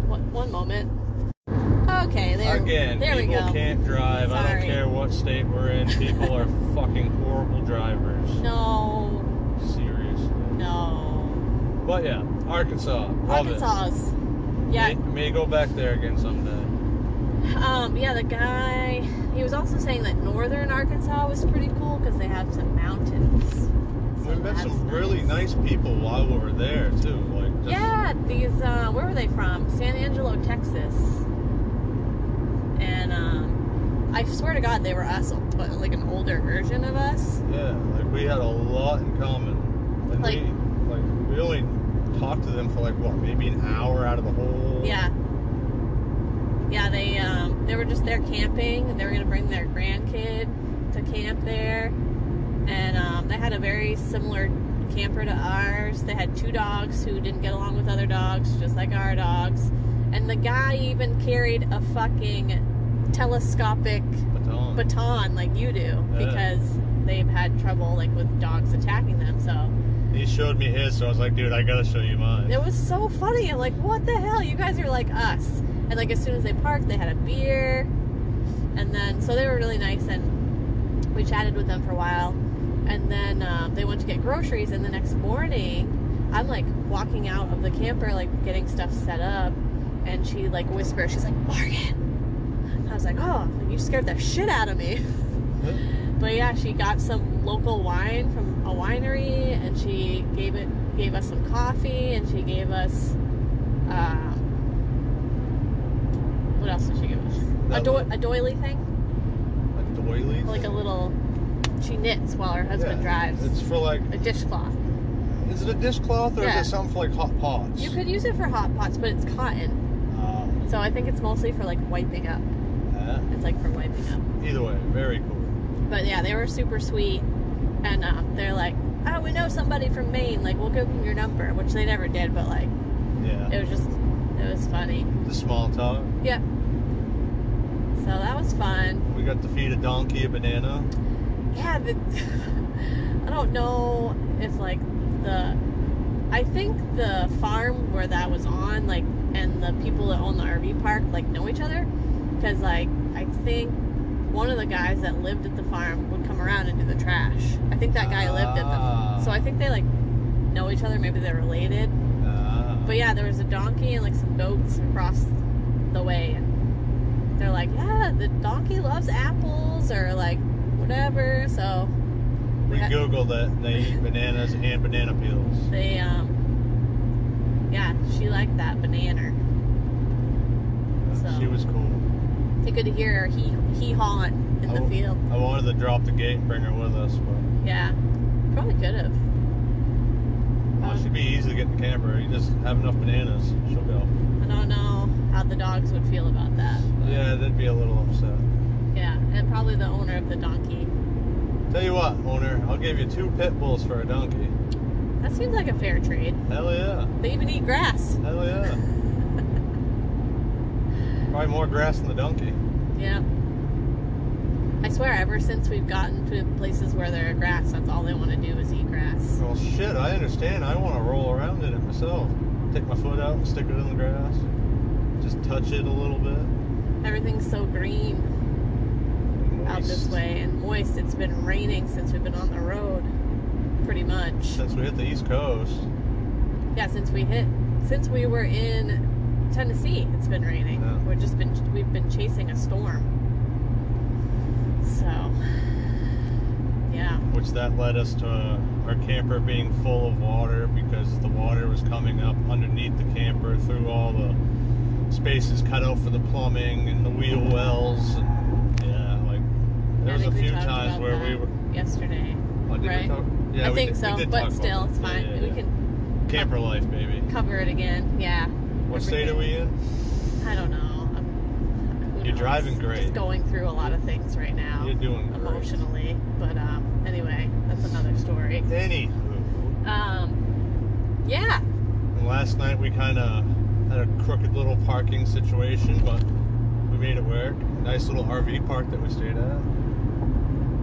Speaker 1: one, one moment. Okay, there.
Speaker 2: again,
Speaker 1: there we
Speaker 2: people
Speaker 1: go.
Speaker 2: can't drive. I
Speaker 1: Sorry.
Speaker 2: don't care what state we're in. People are fucking horrible drivers.
Speaker 1: No,
Speaker 2: Seriously.
Speaker 1: no.
Speaker 2: But yeah, Arkansas. Love It.
Speaker 1: Arkansas's. Yeah.
Speaker 2: May, may go back there again someday.
Speaker 1: Um. Yeah. The guy. He was also saying that northern Arkansas was pretty cool because they have some mountains. So
Speaker 2: we met
Speaker 1: that's
Speaker 2: some really nice people while we were there too. Like, just,
Speaker 1: Yeah, these, uh, where were they from? San Angelo, Texas. And, um, I swear to God, they were us, but like an older version of us.
Speaker 2: Yeah, like we had a lot in common. And
Speaker 1: Like-
Speaker 2: we, like we only talked to them for like what, maybe an hour out of the whole.
Speaker 1: Yeah. Yeah, they, um, they were just there camping, and they were gonna bring their grandkid to camp there. And, um, they had a very similar camper to ours. They had two dogs who didn't get along with other dogs, just like our dogs. And the guy even carried a fucking telescopic
Speaker 2: Baton.
Speaker 1: baton like you do
Speaker 2: Yeah.
Speaker 1: because they've had trouble like with dogs attacking them. So
Speaker 2: he showed me his, so I was like, dude, I gotta show you mine.
Speaker 1: it was so funny. I'm like, what the hell? You guys are like us. And like as soon as they parked, they had a beer, and then so they were really nice, and we chatted with them for a while, and then um, they went to get groceries, and the next morning. I'm like walking out of the camper, like getting stuff set up, and she like whispers, she's like, Morgan. I was like, oh, you scared the shit out of me. But yeah, she got some local wine from a winery, and she gave it gave us some coffee, and she gave us um, what else did she give us? A,
Speaker 2: That
Speaker 1: do-
Speaker 2: little-
Speaker 1: a doily thing,
Speaker 2: Like doily.
Speaker 1: like a
Speaker 2: thing.
Speaker 1: little. She knits while her husband
Speaker 2: Yeah,
Speaker 1: drives.
Speaker 2: It's for like,
Speaker 1: A dishcloth.
Speaker 2: is it a dishcloth or
Speaker 1: Yeah.
Speaker 2: is it something for like hot pots?
Speaker 1: You could use it for hot pots, but it's cotton,
Speaker 2: Uh,
Speaker 1: so I think it's mostly for like wiping up.
Speaker 2: yeah.
Speaker 1: It's like for wiping up.
Speaker 2: Either way, very cool.
Speaker 1: But yeah, they were super sweet, and um, they're like, "Oh, we know somebody from Maine. Like, we'll give them your number," which they never did. But like,
Speaker 2: Yeah.
Speaker 1: it was just, it was funny.
Speaker 2: The small talk.
Speaker 1: Yep. So that was fun.
Speaker 2: We got to feed a donkey a banana.
Speaker 1: Yeah, the, I don't know if like the, I think the farm where that was on, like, and the people that own the RV park like know each other, because like I think one of the guys that lived at the farm would come around and do the trash. I think that guy lived at
Speaker 2: Ah.
Speaker 1: the. So I think they like know each other. Maybe they're related.
Speaker 2: Ah.
Speaker 1: But yeah, there was a donkey and like some goats across the way, and they're like, yeah, the donkey loves apples or like whatever. So
Speaker 2: we
Speaker 1: yeah.
Speaker 2: googled that they eat bananas and banana peels.
Speaker 1: they, um, yeah, she liked that banana. So-
Speaker 2: She was cool.
Speaker 1: You could hear her he he hawing in
Speaker 2: Oh.
Speaker 1: the field.
Speaker 2: I wanted to drop the gate and bring her with us, but
Speaker 1: Yeah, probably could have.
Speaker 2: well,
Speaker 1: Um,
Speaker 2: she'd be easy to get in the camera. You just have enough bananas, she'll go.
Speaker 1: I don't know how the dogs would feel about that. but-
Speaker 2: Yeah, they'd be a little upset.
Speaker 1: Yeah, and probably the owner of the donkey.
Speaker 2: Tell you what, owner, I'll give you two pit bulls for a donkey.
Speaker 1: That seems like a fair trade.
Speaker 2: Hell yeah.
Speaker 1: They even eat grass.
Speaker 2: Hell yeah. Probably more grass than the donkey.
Speaker 1: Yeah. I swear, ever since we've gotten to places where there are grass, that's all they want to do is eat grass.
Speaker 2: Well, shit, I understand. I want to roll around in it myself. Take my foot out and stick it in the grass. Just touch it a little bit.
Speaker 1: Everything's so green out this
Speaker 2: Moist.
Speaker 1: way and moist. It's been raining since we've been on the road, pretty much.
Speaker 2: Since we hit the East Coast,
Speaker 1: Yeah, since we hit, since we were in Tennessee, it's been raining.
Speaker 2: Yeah.
Speaker 1: We've just been, we've been chasing a storm. So, yeah.
Speaker 2: which that led us to our camper being full of water because the water was coming up underneath the camper through all the spaces cut out for the plumbing and the wheel wells. And, yeah, like there
Speaker 1: I
Speaker 2: was a
Speaker 1: think we
Speaker 2: few
Speaker 1: talked
Speaker 2: times
Speaker 1: about
Speaker 2: where we
Speaker 1: that
Speaker 2: were.
Speaker 1: yesterday.
Speaker 2: Oh, did we
Speaker 1: Right.
Speaker 2: talk- Yeah,
Speaker 1: I
Speaker 2: we
Speaker 1: think
Speaker 2: did- we
Speaker 1: so,
Speaker 2: did
Speaker 1: but
Speaker 2: talk about
Speaker 1: still,
Speaker 2: that.
Speaker 1: it's
Speaker 2: Yeah,
Speaker 1: fine.
Speaker 2: yeah, yeah.
Speaker 1: We can
Speaker 2: Camper life, baby.
Speaker 1: cover it again. Yeah.
Speaker 2: What state are we in?
Speaker 1: I don't know. I'm, who
Speaker 2: You're
Speaker 1: knows?
Speaker 2: driving great.
Speaker 1: Just going through a lot of things right now,
Speaker 2: You're doing great.
Speaker 1: emotionally. But um, anyway, that's another story.
Speaker 2: Anywho,
Speaker 1: Um, yeah.
Speaker 2: and last night we kind of had a crooked little parking situation, but we made it work. Nice little RV park that we stayed at.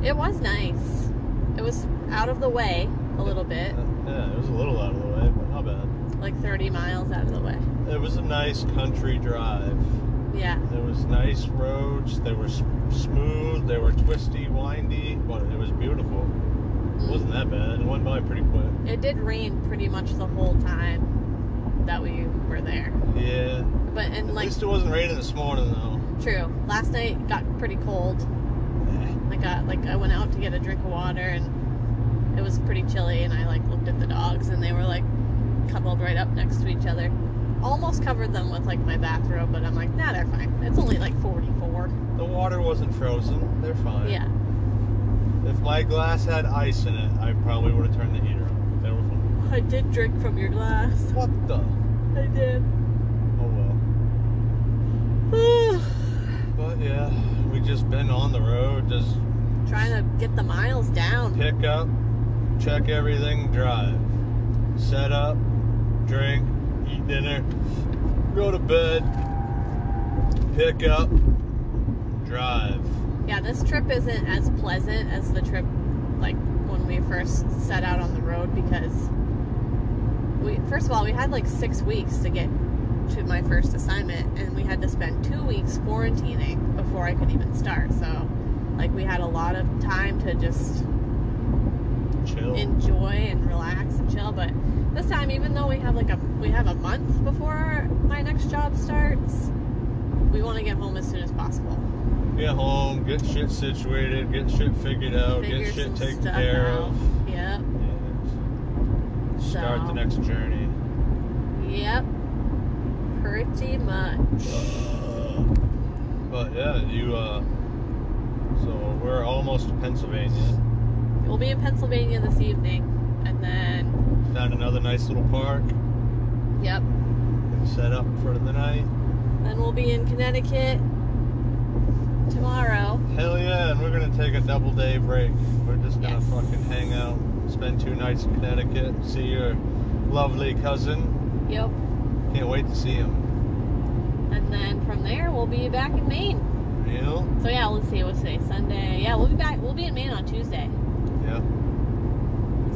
Speaker 1: It was nice. It was out of the way a little bit,
Speaker 2: Uh, yeah, it was a little out of the way, but not bad.
Speaker 1: like 30 miles out of the way.
Speaker 2: It was a nice country drive.
Speaker 1: Yeah.
Speaker 2: There was nice roads. They were s- smooth. They were twisty, windy, but it was beautiful. It wasn't that bad. It went by pretty quick.
Speaker 1: It did rain pretty much the whole time that we were there.
Speaker 2: Yeah.
Speaker 1: But and
Speaker 2: At
Speaker 1: like
Speaker 2: least it wasn't raining this morning though.
Speaker 1: true, last night got pretty cold. I got like I went out to get a drink of water and it was pretty chilly and I like looked at the dogs and they were like cuddled right up next to each other. Almost covered them with like my bathrobe, but I'm like, nah, they're fine. It's only like 44.
Speaker 2: The water wasn't frozen. They're fine.
Speaker 1: Yeah,
Speaker 2: If my glass had ice in it, I probably would have turned the heater on. They were fine.
Speaker 1: I did drink from your glass.
Speaker 2: What the? Oh
Speaker 1: I did.
Speaker 2: well. But yeah, we just been on the road, just
Speaker 1: Trying to get the miles down.
Speaker 2: pick up, check everything, drive, set up, drink, eat dinner, go to bed, pick up, drive.
Speaker 1: Yeah, this trip isn't as pleasant as the trip like when we first set out on the road because we first of all we had like six weeks to get to my first assignment and we had to spend two weeks quarantining before I could even start. So like we had a lot of time to just
Speaker 2: Chill.
Speaker 1: enjoy and relax and chill. But this time, even though we have like a we have a month before my next job starts, we want to get home as soon as possible.
Speaker 2: get home, get shit situated, get shit figured out,
Speaker 1: Figure
Speaker 2: get shit
Speaker 1: some
Speaker 2: taken
Speaker 1: stuff
Speaker 2: care
Speaker 1: out.
Speaker 2: of.
Speaker 1: Yep.
Speaker 2: and Start
Speaker 1: So-
Speaker 2: the next journey.
Speaker 1: Yep. Pretty much.
Speaker 2: But yeah, you uh so we're almost to Pennsylvania.
Speaker 1: We'll be in Pennsylvania this evening, and then
Speaker 2: Found another nice little park,
Speaker 1: yep.
Speaker 2: set up for the night.
Speaker 1: Then we'll be in Connecticut tomorrow.
Speaker 2: Hell yeah, and we're gonna take a double day break. We're just gonna
Speaker 1: Yes.
Speaker 2: fucking hang out, spend two nights in Connecticut, see your lovely cousin.
Speaker 1: Yep.
Speaker 2: Can't wait to see him.
Speaker 1: And then from there we'll be back in Maine.
Speaker 2: You know?
Speaker 1: So yeah, let's see what's today. Sunday. Yeah, we'll be back. We'll be in Maine on Tuesday.
Speaker 2: Yeah.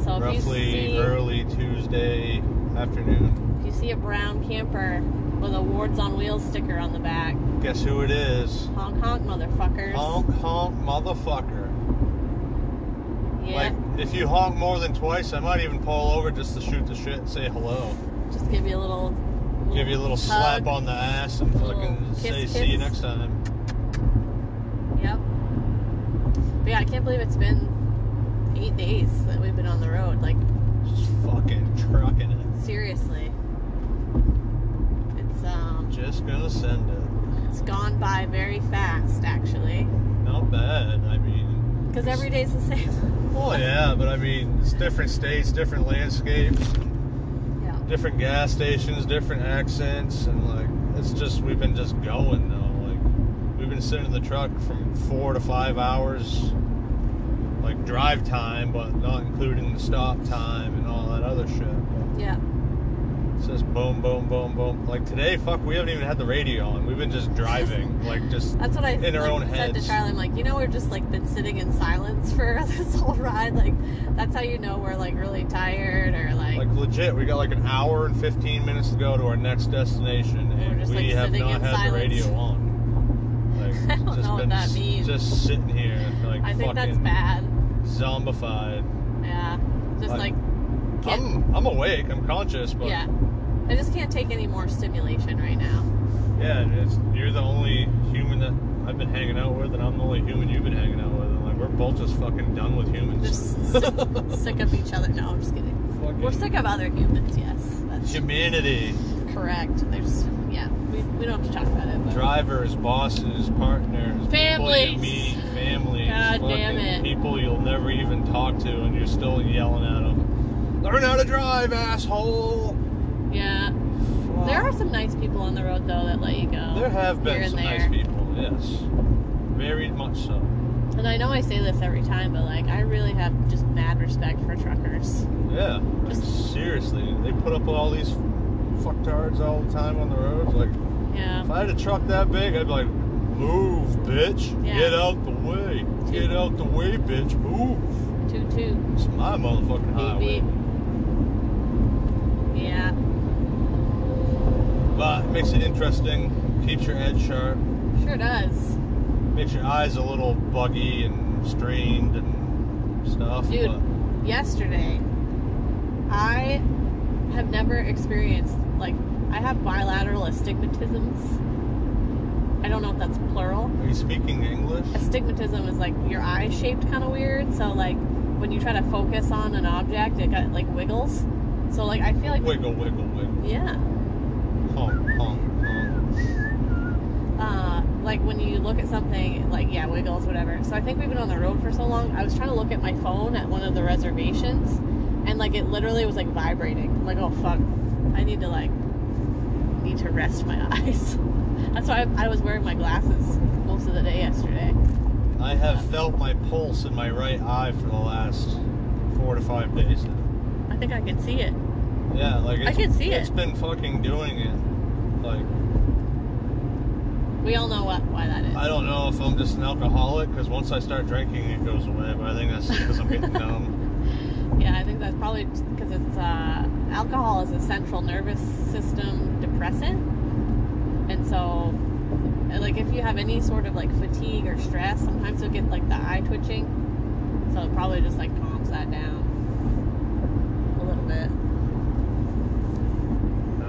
Speaker 1: So if you
Speaker 2: Roughly
Speaker 1: see
Speaker 2: early Tuesday afternoon.
Speaker 1: if you see a brown camper with a Wards on Wheels sticker on the back.
Speaker 2: Guess who it is?
Speaker 1: Honk honk, motherfuckers.
Speaker 2: Honk honk, motherfucker.
Speaker 1: Yeah.
Speaker 2: Like, if you honk more than twice, I might even pull over just to shoot the shit and say hello.
Speaker 1: Just give you a little.
Speaker 2: Give you a little slap
Speaker 1: tug.
Speaker 2: on the ass and
Speaker 1: Little
Speaker 2: fucking
Speaker 1: kiss,
Speaker 2: say,
Speaker 1: kiss.
Speaker 2: see you next time.
Speaker 1: Yep. But yeah, I can't believe it's been eight days that we've been on the road. Like
Speaker 2: Just fucking trucking it.
Speaker 1: seriously, it's um,
Speaker 2: Just gonna send it.
Speaker 1: it's gone by very fast actually.
Speaker 2: Not bad. I mean,
Speaker 1: Because every day's the same.
Speaker 2: well, yeah, but I mean, it's different states, different landscapes,
Speaker 1: Yeah.
Speaker 2: different gas stations, different accents, and like, it's just, we've been just going though. Like, we've been sitting in the truck from four to five hours, like drive time, but not including the stop time and all that other shit. But
Speaker 1: Yeah.
Speaker 2: It's just boom, boom, boom, boom. Like today, fuck, we haven't even had the radio on. We've been just driving, like just
Speaker 1: That's what I
Speaker 2: In our
Speaker 1: like,
Speaker 2: own
Speaker 1: said to
Speaker 2: heads.
Speaker 1: Charlie. I'm like, you know, we've just like been sitting in silence for this whole ride. Like, that's how you know we're like really tired or like,
Speaker 2: like legit. We got like an hour and fifteen minutes to go to our next destination, and
Speaker 1: just,
Speaker 2: we
Speaker 1: like,
Speaker 2: have
Speaker 1: sitting
Speaker 2: not
Speaker 1: in
Speaker 2: had
Speaker 1: silence.
Speaker 2: the radio on. Like,
Speaker 1: I don't
Speaker 2: just
Speaker 1: know what
Speaker 2: been
Speaker 1: that
Speaker 2: s-
Speaker 1: means.
Speaker 2: Just sitting here, like
Speaker 1: I think that's
Speaker 2: fucking
Speaker 1: bad.
Speaker 2: zombified.
Speaker 1: Yeah. Just
Speaker 2: Like,
Speaker 1: like, can't-
Speaker 2: I'm I'm awake. I'm conscious, but
Speaker 1: yeah. I just can't take any more stimulation right now.
Speaker 2: yeah, and it's, you're the only human that I've been hanging out with, and I'm the only human you've been hanging out with. And like we're both just fucking done with humans.
Speaker 1: Just sick, sick of each other. No, I'm just kidding.
Speaker 2: Fucking-
Speaker 1: We're sick of other humans. Yes, that's
Speaker 2: Humanity.
Speaker 1: correct. There's yeah. We, we don't have to talk about it. But.
Speaker 2: Drivers, bosses, partners,
Speaker 1: Families.
Speaker 2: people you meet, families,
Speaker 1: God damn
Speaker 2: fucking
Speaker 1: it.
Speaker 2: people you'll never even talk to, and you're still yelling at them. Learn how to drive, asshole.
Speaker 1: Yeah.
Speaker 2: Fuck.
Speaker 1: There are some nice people on the road though that let you go.
Speaker 2: There
Speaker 1: here
Speaker 2: have been
Speaker 1: and
Speaker 2: some
Speaker 1: there.
Speaker 2: nice people, yes, very much so.
Speaker 1: And I know I say this every time, but like I really have just mad respect for truckers.
Speaker 2: Yeah, like,
Speaker 1: Just-
Speaker 2: seriously, they put up with all these fucktards all the time on the roads. Like,
Speaker 1: Yeah.
Speaker 2: if I had a truck that big, I'd be like, move, bitch,
Speaker 1: Yeah.
Speaker 2: get out the way, get out the way, bitch, move.
Speaker 1: Toot toot.
Speaker 2: It's my motherfucking
Speaker 1: Beep
Speaker 2: highway.
Speaker 1: beep. Yeah.
Speaker 2: But makes it interesting, keeps your head sharp,
Speaker 1: Sure does.
Speaker 2: makes your eyes a little buggy and strained and stuff.
Speaker 1: Dude. Yesterday, I have never experienced like I have bilateral astigmatisms. I don't know if that's plural.
Speaker 2: But are you speaking English?
Speaker 1: astigmatism is like your eye shaped kind of weird. So like when you try to focus on an object, it got like wiggles. So like I feel like
Speaker 2: Wiggle, wiggle, wiggle.
Speaker 1: yeah,
Speaker 2: Honk, honk, honk.
Speaker 1: uh, like when you look at something, like yeah, wiggles, whatever. So I think we've been on the road for so long. I was trying to look at my phone at one of the reservations, and like it literally was like vibrating. I'm like oh fuck, I need to like need to rest my eyes. That's why I, I was wearing my glasses most of the day yesterday.
Speaker 2: I have felt my pulse in my right eye for the last four to five days now.
Speaker 1: I think I can see it.
Speaker 2: Yeah, like
Speaker 1: I
Speaker 2: it's,
Speaker 1: can see
Speaker 2: it's been fucking doing it. Like
Speaker 1: We all know what why that is.
Speaker 2: I don't know if I'm just an alcoholic because once I start drinking, it goes away. But I think that's because I'm getting numb.
Speaker 1: Yeah, I think that's probably because it's uh, alcohol is a central nervous system depressant, and so like if you have any sort of like fatigue or stress, sometimes you'll get like the eye twitching. So it probably just like calms that down a little bit.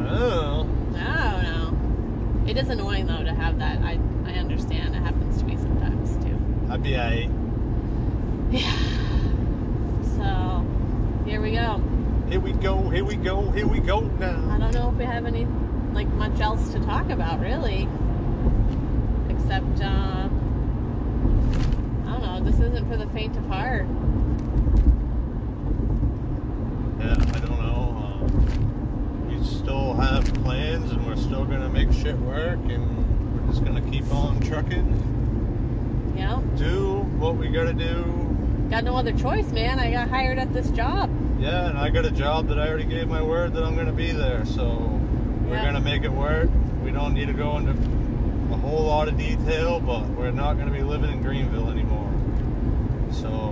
Speaker 2: Oh,
Speaker 1: I don't know. It is annoying though to have that. I I understand. It happens to me sometimes too.
Speaker 2: I'd be a
Speaker 1: Yeah. So here we go.
Speaker 2: here we go, here we go, here we go
Speaker 1: I
Speaker 2: now.
Speaker 1: don't know if we have any like much else to talk about really. Except uh, I don't know, this isn't for the faint of heart.
Speaker 2: Yeah, I don't know. Um, we still have plans, and we're still gonna make shit work, and we're just gonna keep on trucking,
Speaker 1: You know?
Speaker 2: do what we gotta do.
Speaker 1: Got no other choice, man. I got hired at this job.
Speaker 2: Yeah, and I got a job that I already gave my word that I'm gonna be there, so we're
Speaker 1: Yeah.
Speaker 2: gonna make it work. We don't need to go into a whole lot of detail, but we're not gonna be living in Greenville anymore. So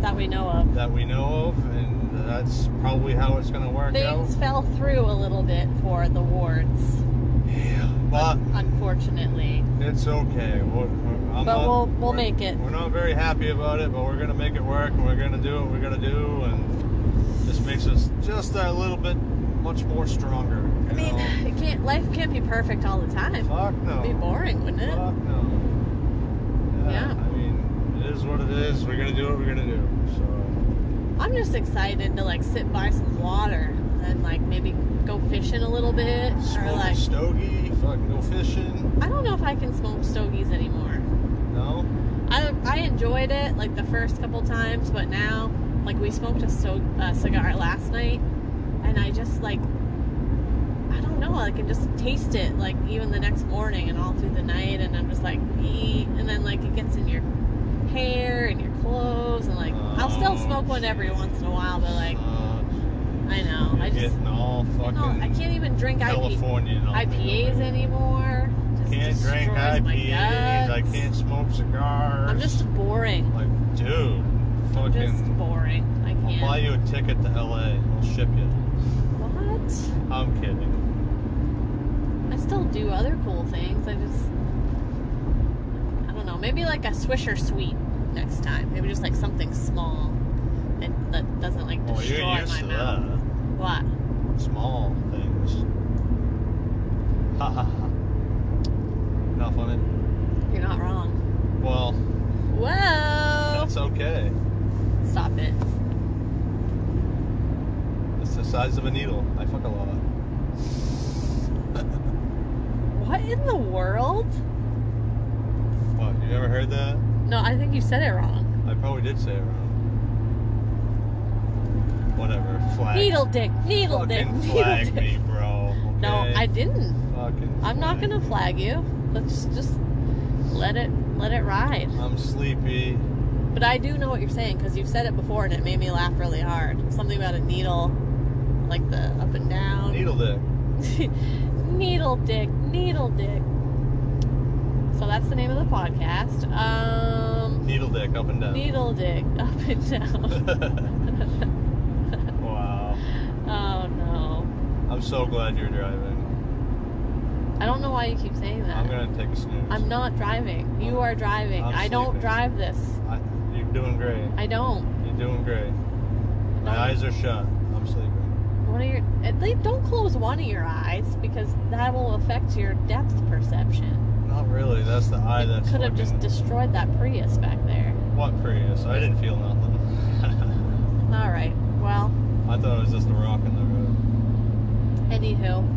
Speaker 1: That we know of.
Speaker 2: that we know of, and that's probably how it's going to work
Speaker 1: Things fell through a little bit for the wards.
Speaker 2: out. Yeah, but
Speaker 1: unfortunately.
Speaker 2: it's okay. We're- we're- I'm
Speaker 1: But
Speaker 2: not-
Speaker 1: we'll- we'll
Speaker 2: we're-
Speaker 1: make it.
Speaker 2: We're not very happy about it, but we're gonna make it work, and we're gonna do what we're gonna do, and this makes us just a little bit much more stronger. you
Speaker 1: I mean,
Speaker 2: know?
Speaker 1: it can't. Life can't be perfect all the time.
Speaker 2: fuck no.
Speaker 1: It'd be boring, wouldn't it?
Speaker 2: Fuck no.
Speaker 1: Yeah.
Speaker 2: I mean, it is what it is. We're gonna do what we're gonna do. So
Speaker 1: I'm just excited to like sit by some water and like maybe go fishing a little bit or
Speaker 2: smoke a
Speaker 1: like
Speaker 2: stogie, fucking go fishing.
Speaker 1: I don't know if I can smoke stogies anymore.
Speaker 2: No.
Speaker 1: I I enjoyed it like the first couple times, but now like we smoked a, so, a cigar last night and I just like I don't know, I can just taste it like even the next morning and all through the night and I'm just like eat and then like it gets in your hair and your clothes and like I'll still
Speaker 2: Oh,
Speaker 1: smoke one every once in a while, but like
Speaker 2: Uh,
Speaker 1: I know.
Speaker 2: you're
Speaker 1: I just
Speaker 2: getting all fucking
Speaker 1: No, I can't even drink IP,
Speaker 2: Californian. up in
Speaker 1: IPAs
Speaker 2: here.
Speaker 1: anymore. Just
Speaker 2: Can't drink
Speaker 1: destroys my
Speaker 2: IPAs. I
Speaker 1: guts.
Speaker 2: can't smoke cigars.
Speaker 1: I'm just boring.
Speaker 2: like, dude,
Speaker 1: I'm just
Speaker 2: fucking.
Speaker 1: boring. I
Speaker 2: I'll buy
Speaker 1: can't.
Speaker 2: you a ticket to LA. I'll ship you.
Speaker 1: What?
Speaker 2: I'm kidding.
Speaker 1: I still do other cool things. I just. I don't know. Maybe like a Swisher Sweet next time. Maybe just like something small that, that doesn't like
Speaker 2: Well,
Speaker 1: destroy
Speaker 2: Oh, you're used
Speaker 1: my
Speaker 2: to
Speaker 1: mouth. What?
Speaker 2: that. Small things. Ha ha ha. Not funny.
Speaker 1: You're not wrong.
Speaker 2: Well,
Speaker 1: Whoa!
Speaker 2: that's okay.
Speaker 1: Stop it.
Speaker 2: It's the size of a needle. I fuck a lot.
Speaker 1: What in the world?
Speaker 2: What? You ever heard that?
Speaker 1: No, I think you said it wrong.
Speaker 2: I probably did say it wrong. Whatever. Flag.
Speaker 1: Needle dick, needle dick,
Speaker 2: Fucking
Speaker 1: needle
Speaker 2: flag
Speaker 1: dick.
Speaker 2: me, bro.
Speaker 1: No,
Speaker 2: okay?
Speaker 1: I didn't.
Speaker 2: Fucking
Speaker 1: I'm not
Speaker 2: flag
Speaker 1: gonna
Speaker 2: me.
Speaker 1: flag you. Let's just let it let it ride.
Speaker 2: I'm sleepy.
Speaker 1: But I do know what you're saying because you've said it before and it made me laugh really hard. Something about a needle, like the up and down.
Speaker 2: Needle dick.
Speaker 1: needle dick, needle dick. So that's the name of the podcast. Um,
Speaker 2: Needle dick up and down.
Speaker 1: needle dick, up and down.
Speaker 2: wow.
Speaker 1: oh no.
Speaker 2: I'm so glad you're driving.
Speaker 1: I don't know why you keep saying that.
Speaker 2: I'm gonna take a snooze.
Speaker 1: I'm not driving. You are driving.
Speaker 2: I'm
Speaker 1: I'm I do not
Speaker 2: sleeping.
Speaker 1: drive this.
Speaker 2: I, you're doing great.
Speaker 1: I don't.
Speaker 2: You're doing great. My
Speaker 1: No.
Speaker 2: eyes are shut. I'm sleeping.
Speaker 1: One of your at least don't close one of your eyes because that will affect your depth perception.
Speaker 2: Not really. That's the eye. That's
Speaker 1: Could have just
Speaker 2: fucking-
Speaker 1: destroyed that Prius back there.
Speaker 2: what Prius? I didn't feel nothing.
Speaker 1: All right. Well,
Speaker 2: I thought it was just a rock in the road.
Speaker 1: anywho,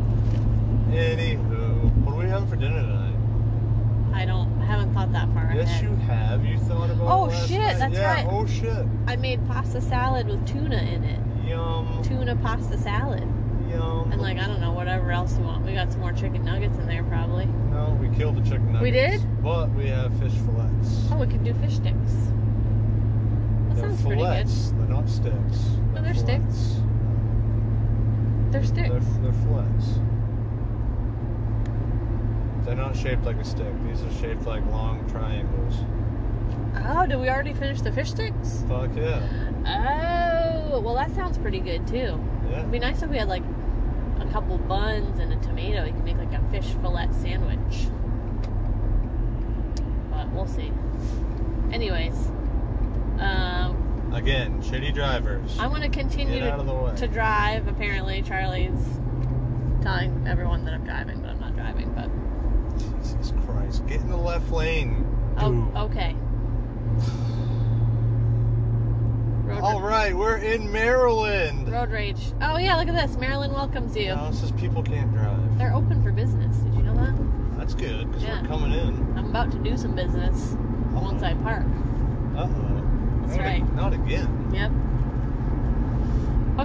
Speaker 2: Anywho, what are we having for dinner tonight?
Speaker 1: I don't haven't thought that far
Speaker 2: Yes,
Speaker 1: ahead.
Speaker 2: you have. You thought about.
Speaker 1: Oh,
Speaker 2: it last
Speaker 1: shit,
Speaker 2: night.
Speaker 1: that's
Speaker 2: yeah,
Speaker 1: right.
Speaker 2: Oh shit.
Speaker 1: I made pasta salad with tuna in it.
Speaker 2: Yum.
Speaker 1: Tuna pasta salad.
Speaker 2: Yum.
Speaker 1: And like I don't know whatever else you want. We got some more chicken nuggets in there probably.
Speaker 2: no, we killed the chicken nuggets.
Speaker 1: We did?
Speaker 2: But we have fish fillets.
Speaker 1: Oh, we could do fish sticks. That
Speaker 2: they're
Speaker 1: sounds pretty good.
Speaker 2: fillets. They're not sticks.
Speaker 1: No, they're
Speaker 2: fillets.
Speaker 1: sticks. They're sticks.
Speaker 2: They're, they're fillets. They're not shaped like a stick. These are shaped like long triangles.
Speaker 1: Oh, did we already finish the fish sticks?
Speaker 2: Fuck yeah.
Speaker 1: Oh, well, that sounds pretty good too. It'd
Speaker 2: Yeah.
Speaker 1: be nice if we had like a couple buns and a tomato. You can make like a fish fillet sandwich. But we'll see. Anyways, um,
Speaker 2: Again, shitty drivers.
Speaker 1: I'm gonna continue
Speaker 2: Get out of the way.
Speaker 1: to, to drive. Apparently, Charlie's telling everyone that I'm driving, but I'm not driving. But
Speaker 2: Jesus Christ. Get in the left lane.
Speaker 1: oh,
Speaker 2: dude.
Speaker 1: okay. Road,
Speaker 2: All right, we're in Maryland.
Speaker 1: road rage. Oh yeah, look at this. Maryland welcomes you.
Speaker 2: No, it says people can't drive.
Speaker 1: They're open for business. Did you know that?
Speaker 2: That's good because
Speaker 1: Yeah.
Speaker 2: we're coming in.
Speaker 1: I'm about to do some business once I park.
Speaker 2: Uh oh.
Speaker 1: That's right.
Speaker 2: Not again.
Speaker 1: Yep.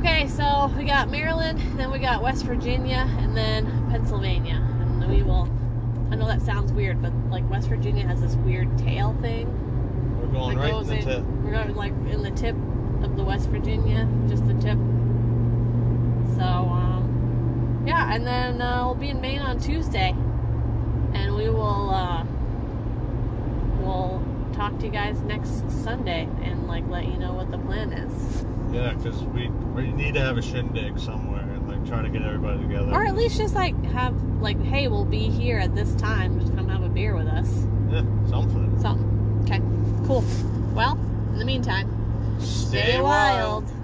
Speaker 1: Okay, so we got Maryland, then we got West Virginia, and then Pennsylvania. And we will. I know that sounds weird, but like West Virginia has this weird tail thing
Speaker 2: We're going
Speaker 1: that
Speaker 2: right in
Speaker 1: goes
Speaker 2: the
Speaker 1: in.
Speaker 2: tip.
Speaker 1: We're going like in the tip of the West Virginia, just the tip. So um, yeah, and then uh, we'll be in Maine on Tuesday, and we will uh, we'll talk to you guys next Sunday and like let you know what the plan is.
Speaker 2: Yeah, because we, we need to have a shindig somewhere. Like try to get everybody together.
Speaker 1: Or at least just like have like, hey, we'll be here at this time. Just come have a beer with us.
Speaker 2: Yeah, something.
Speaker 1: Something. Okay. Cool. Well, in the meantime,
Speaker 2: Stay,
Speaker 1: stay wild.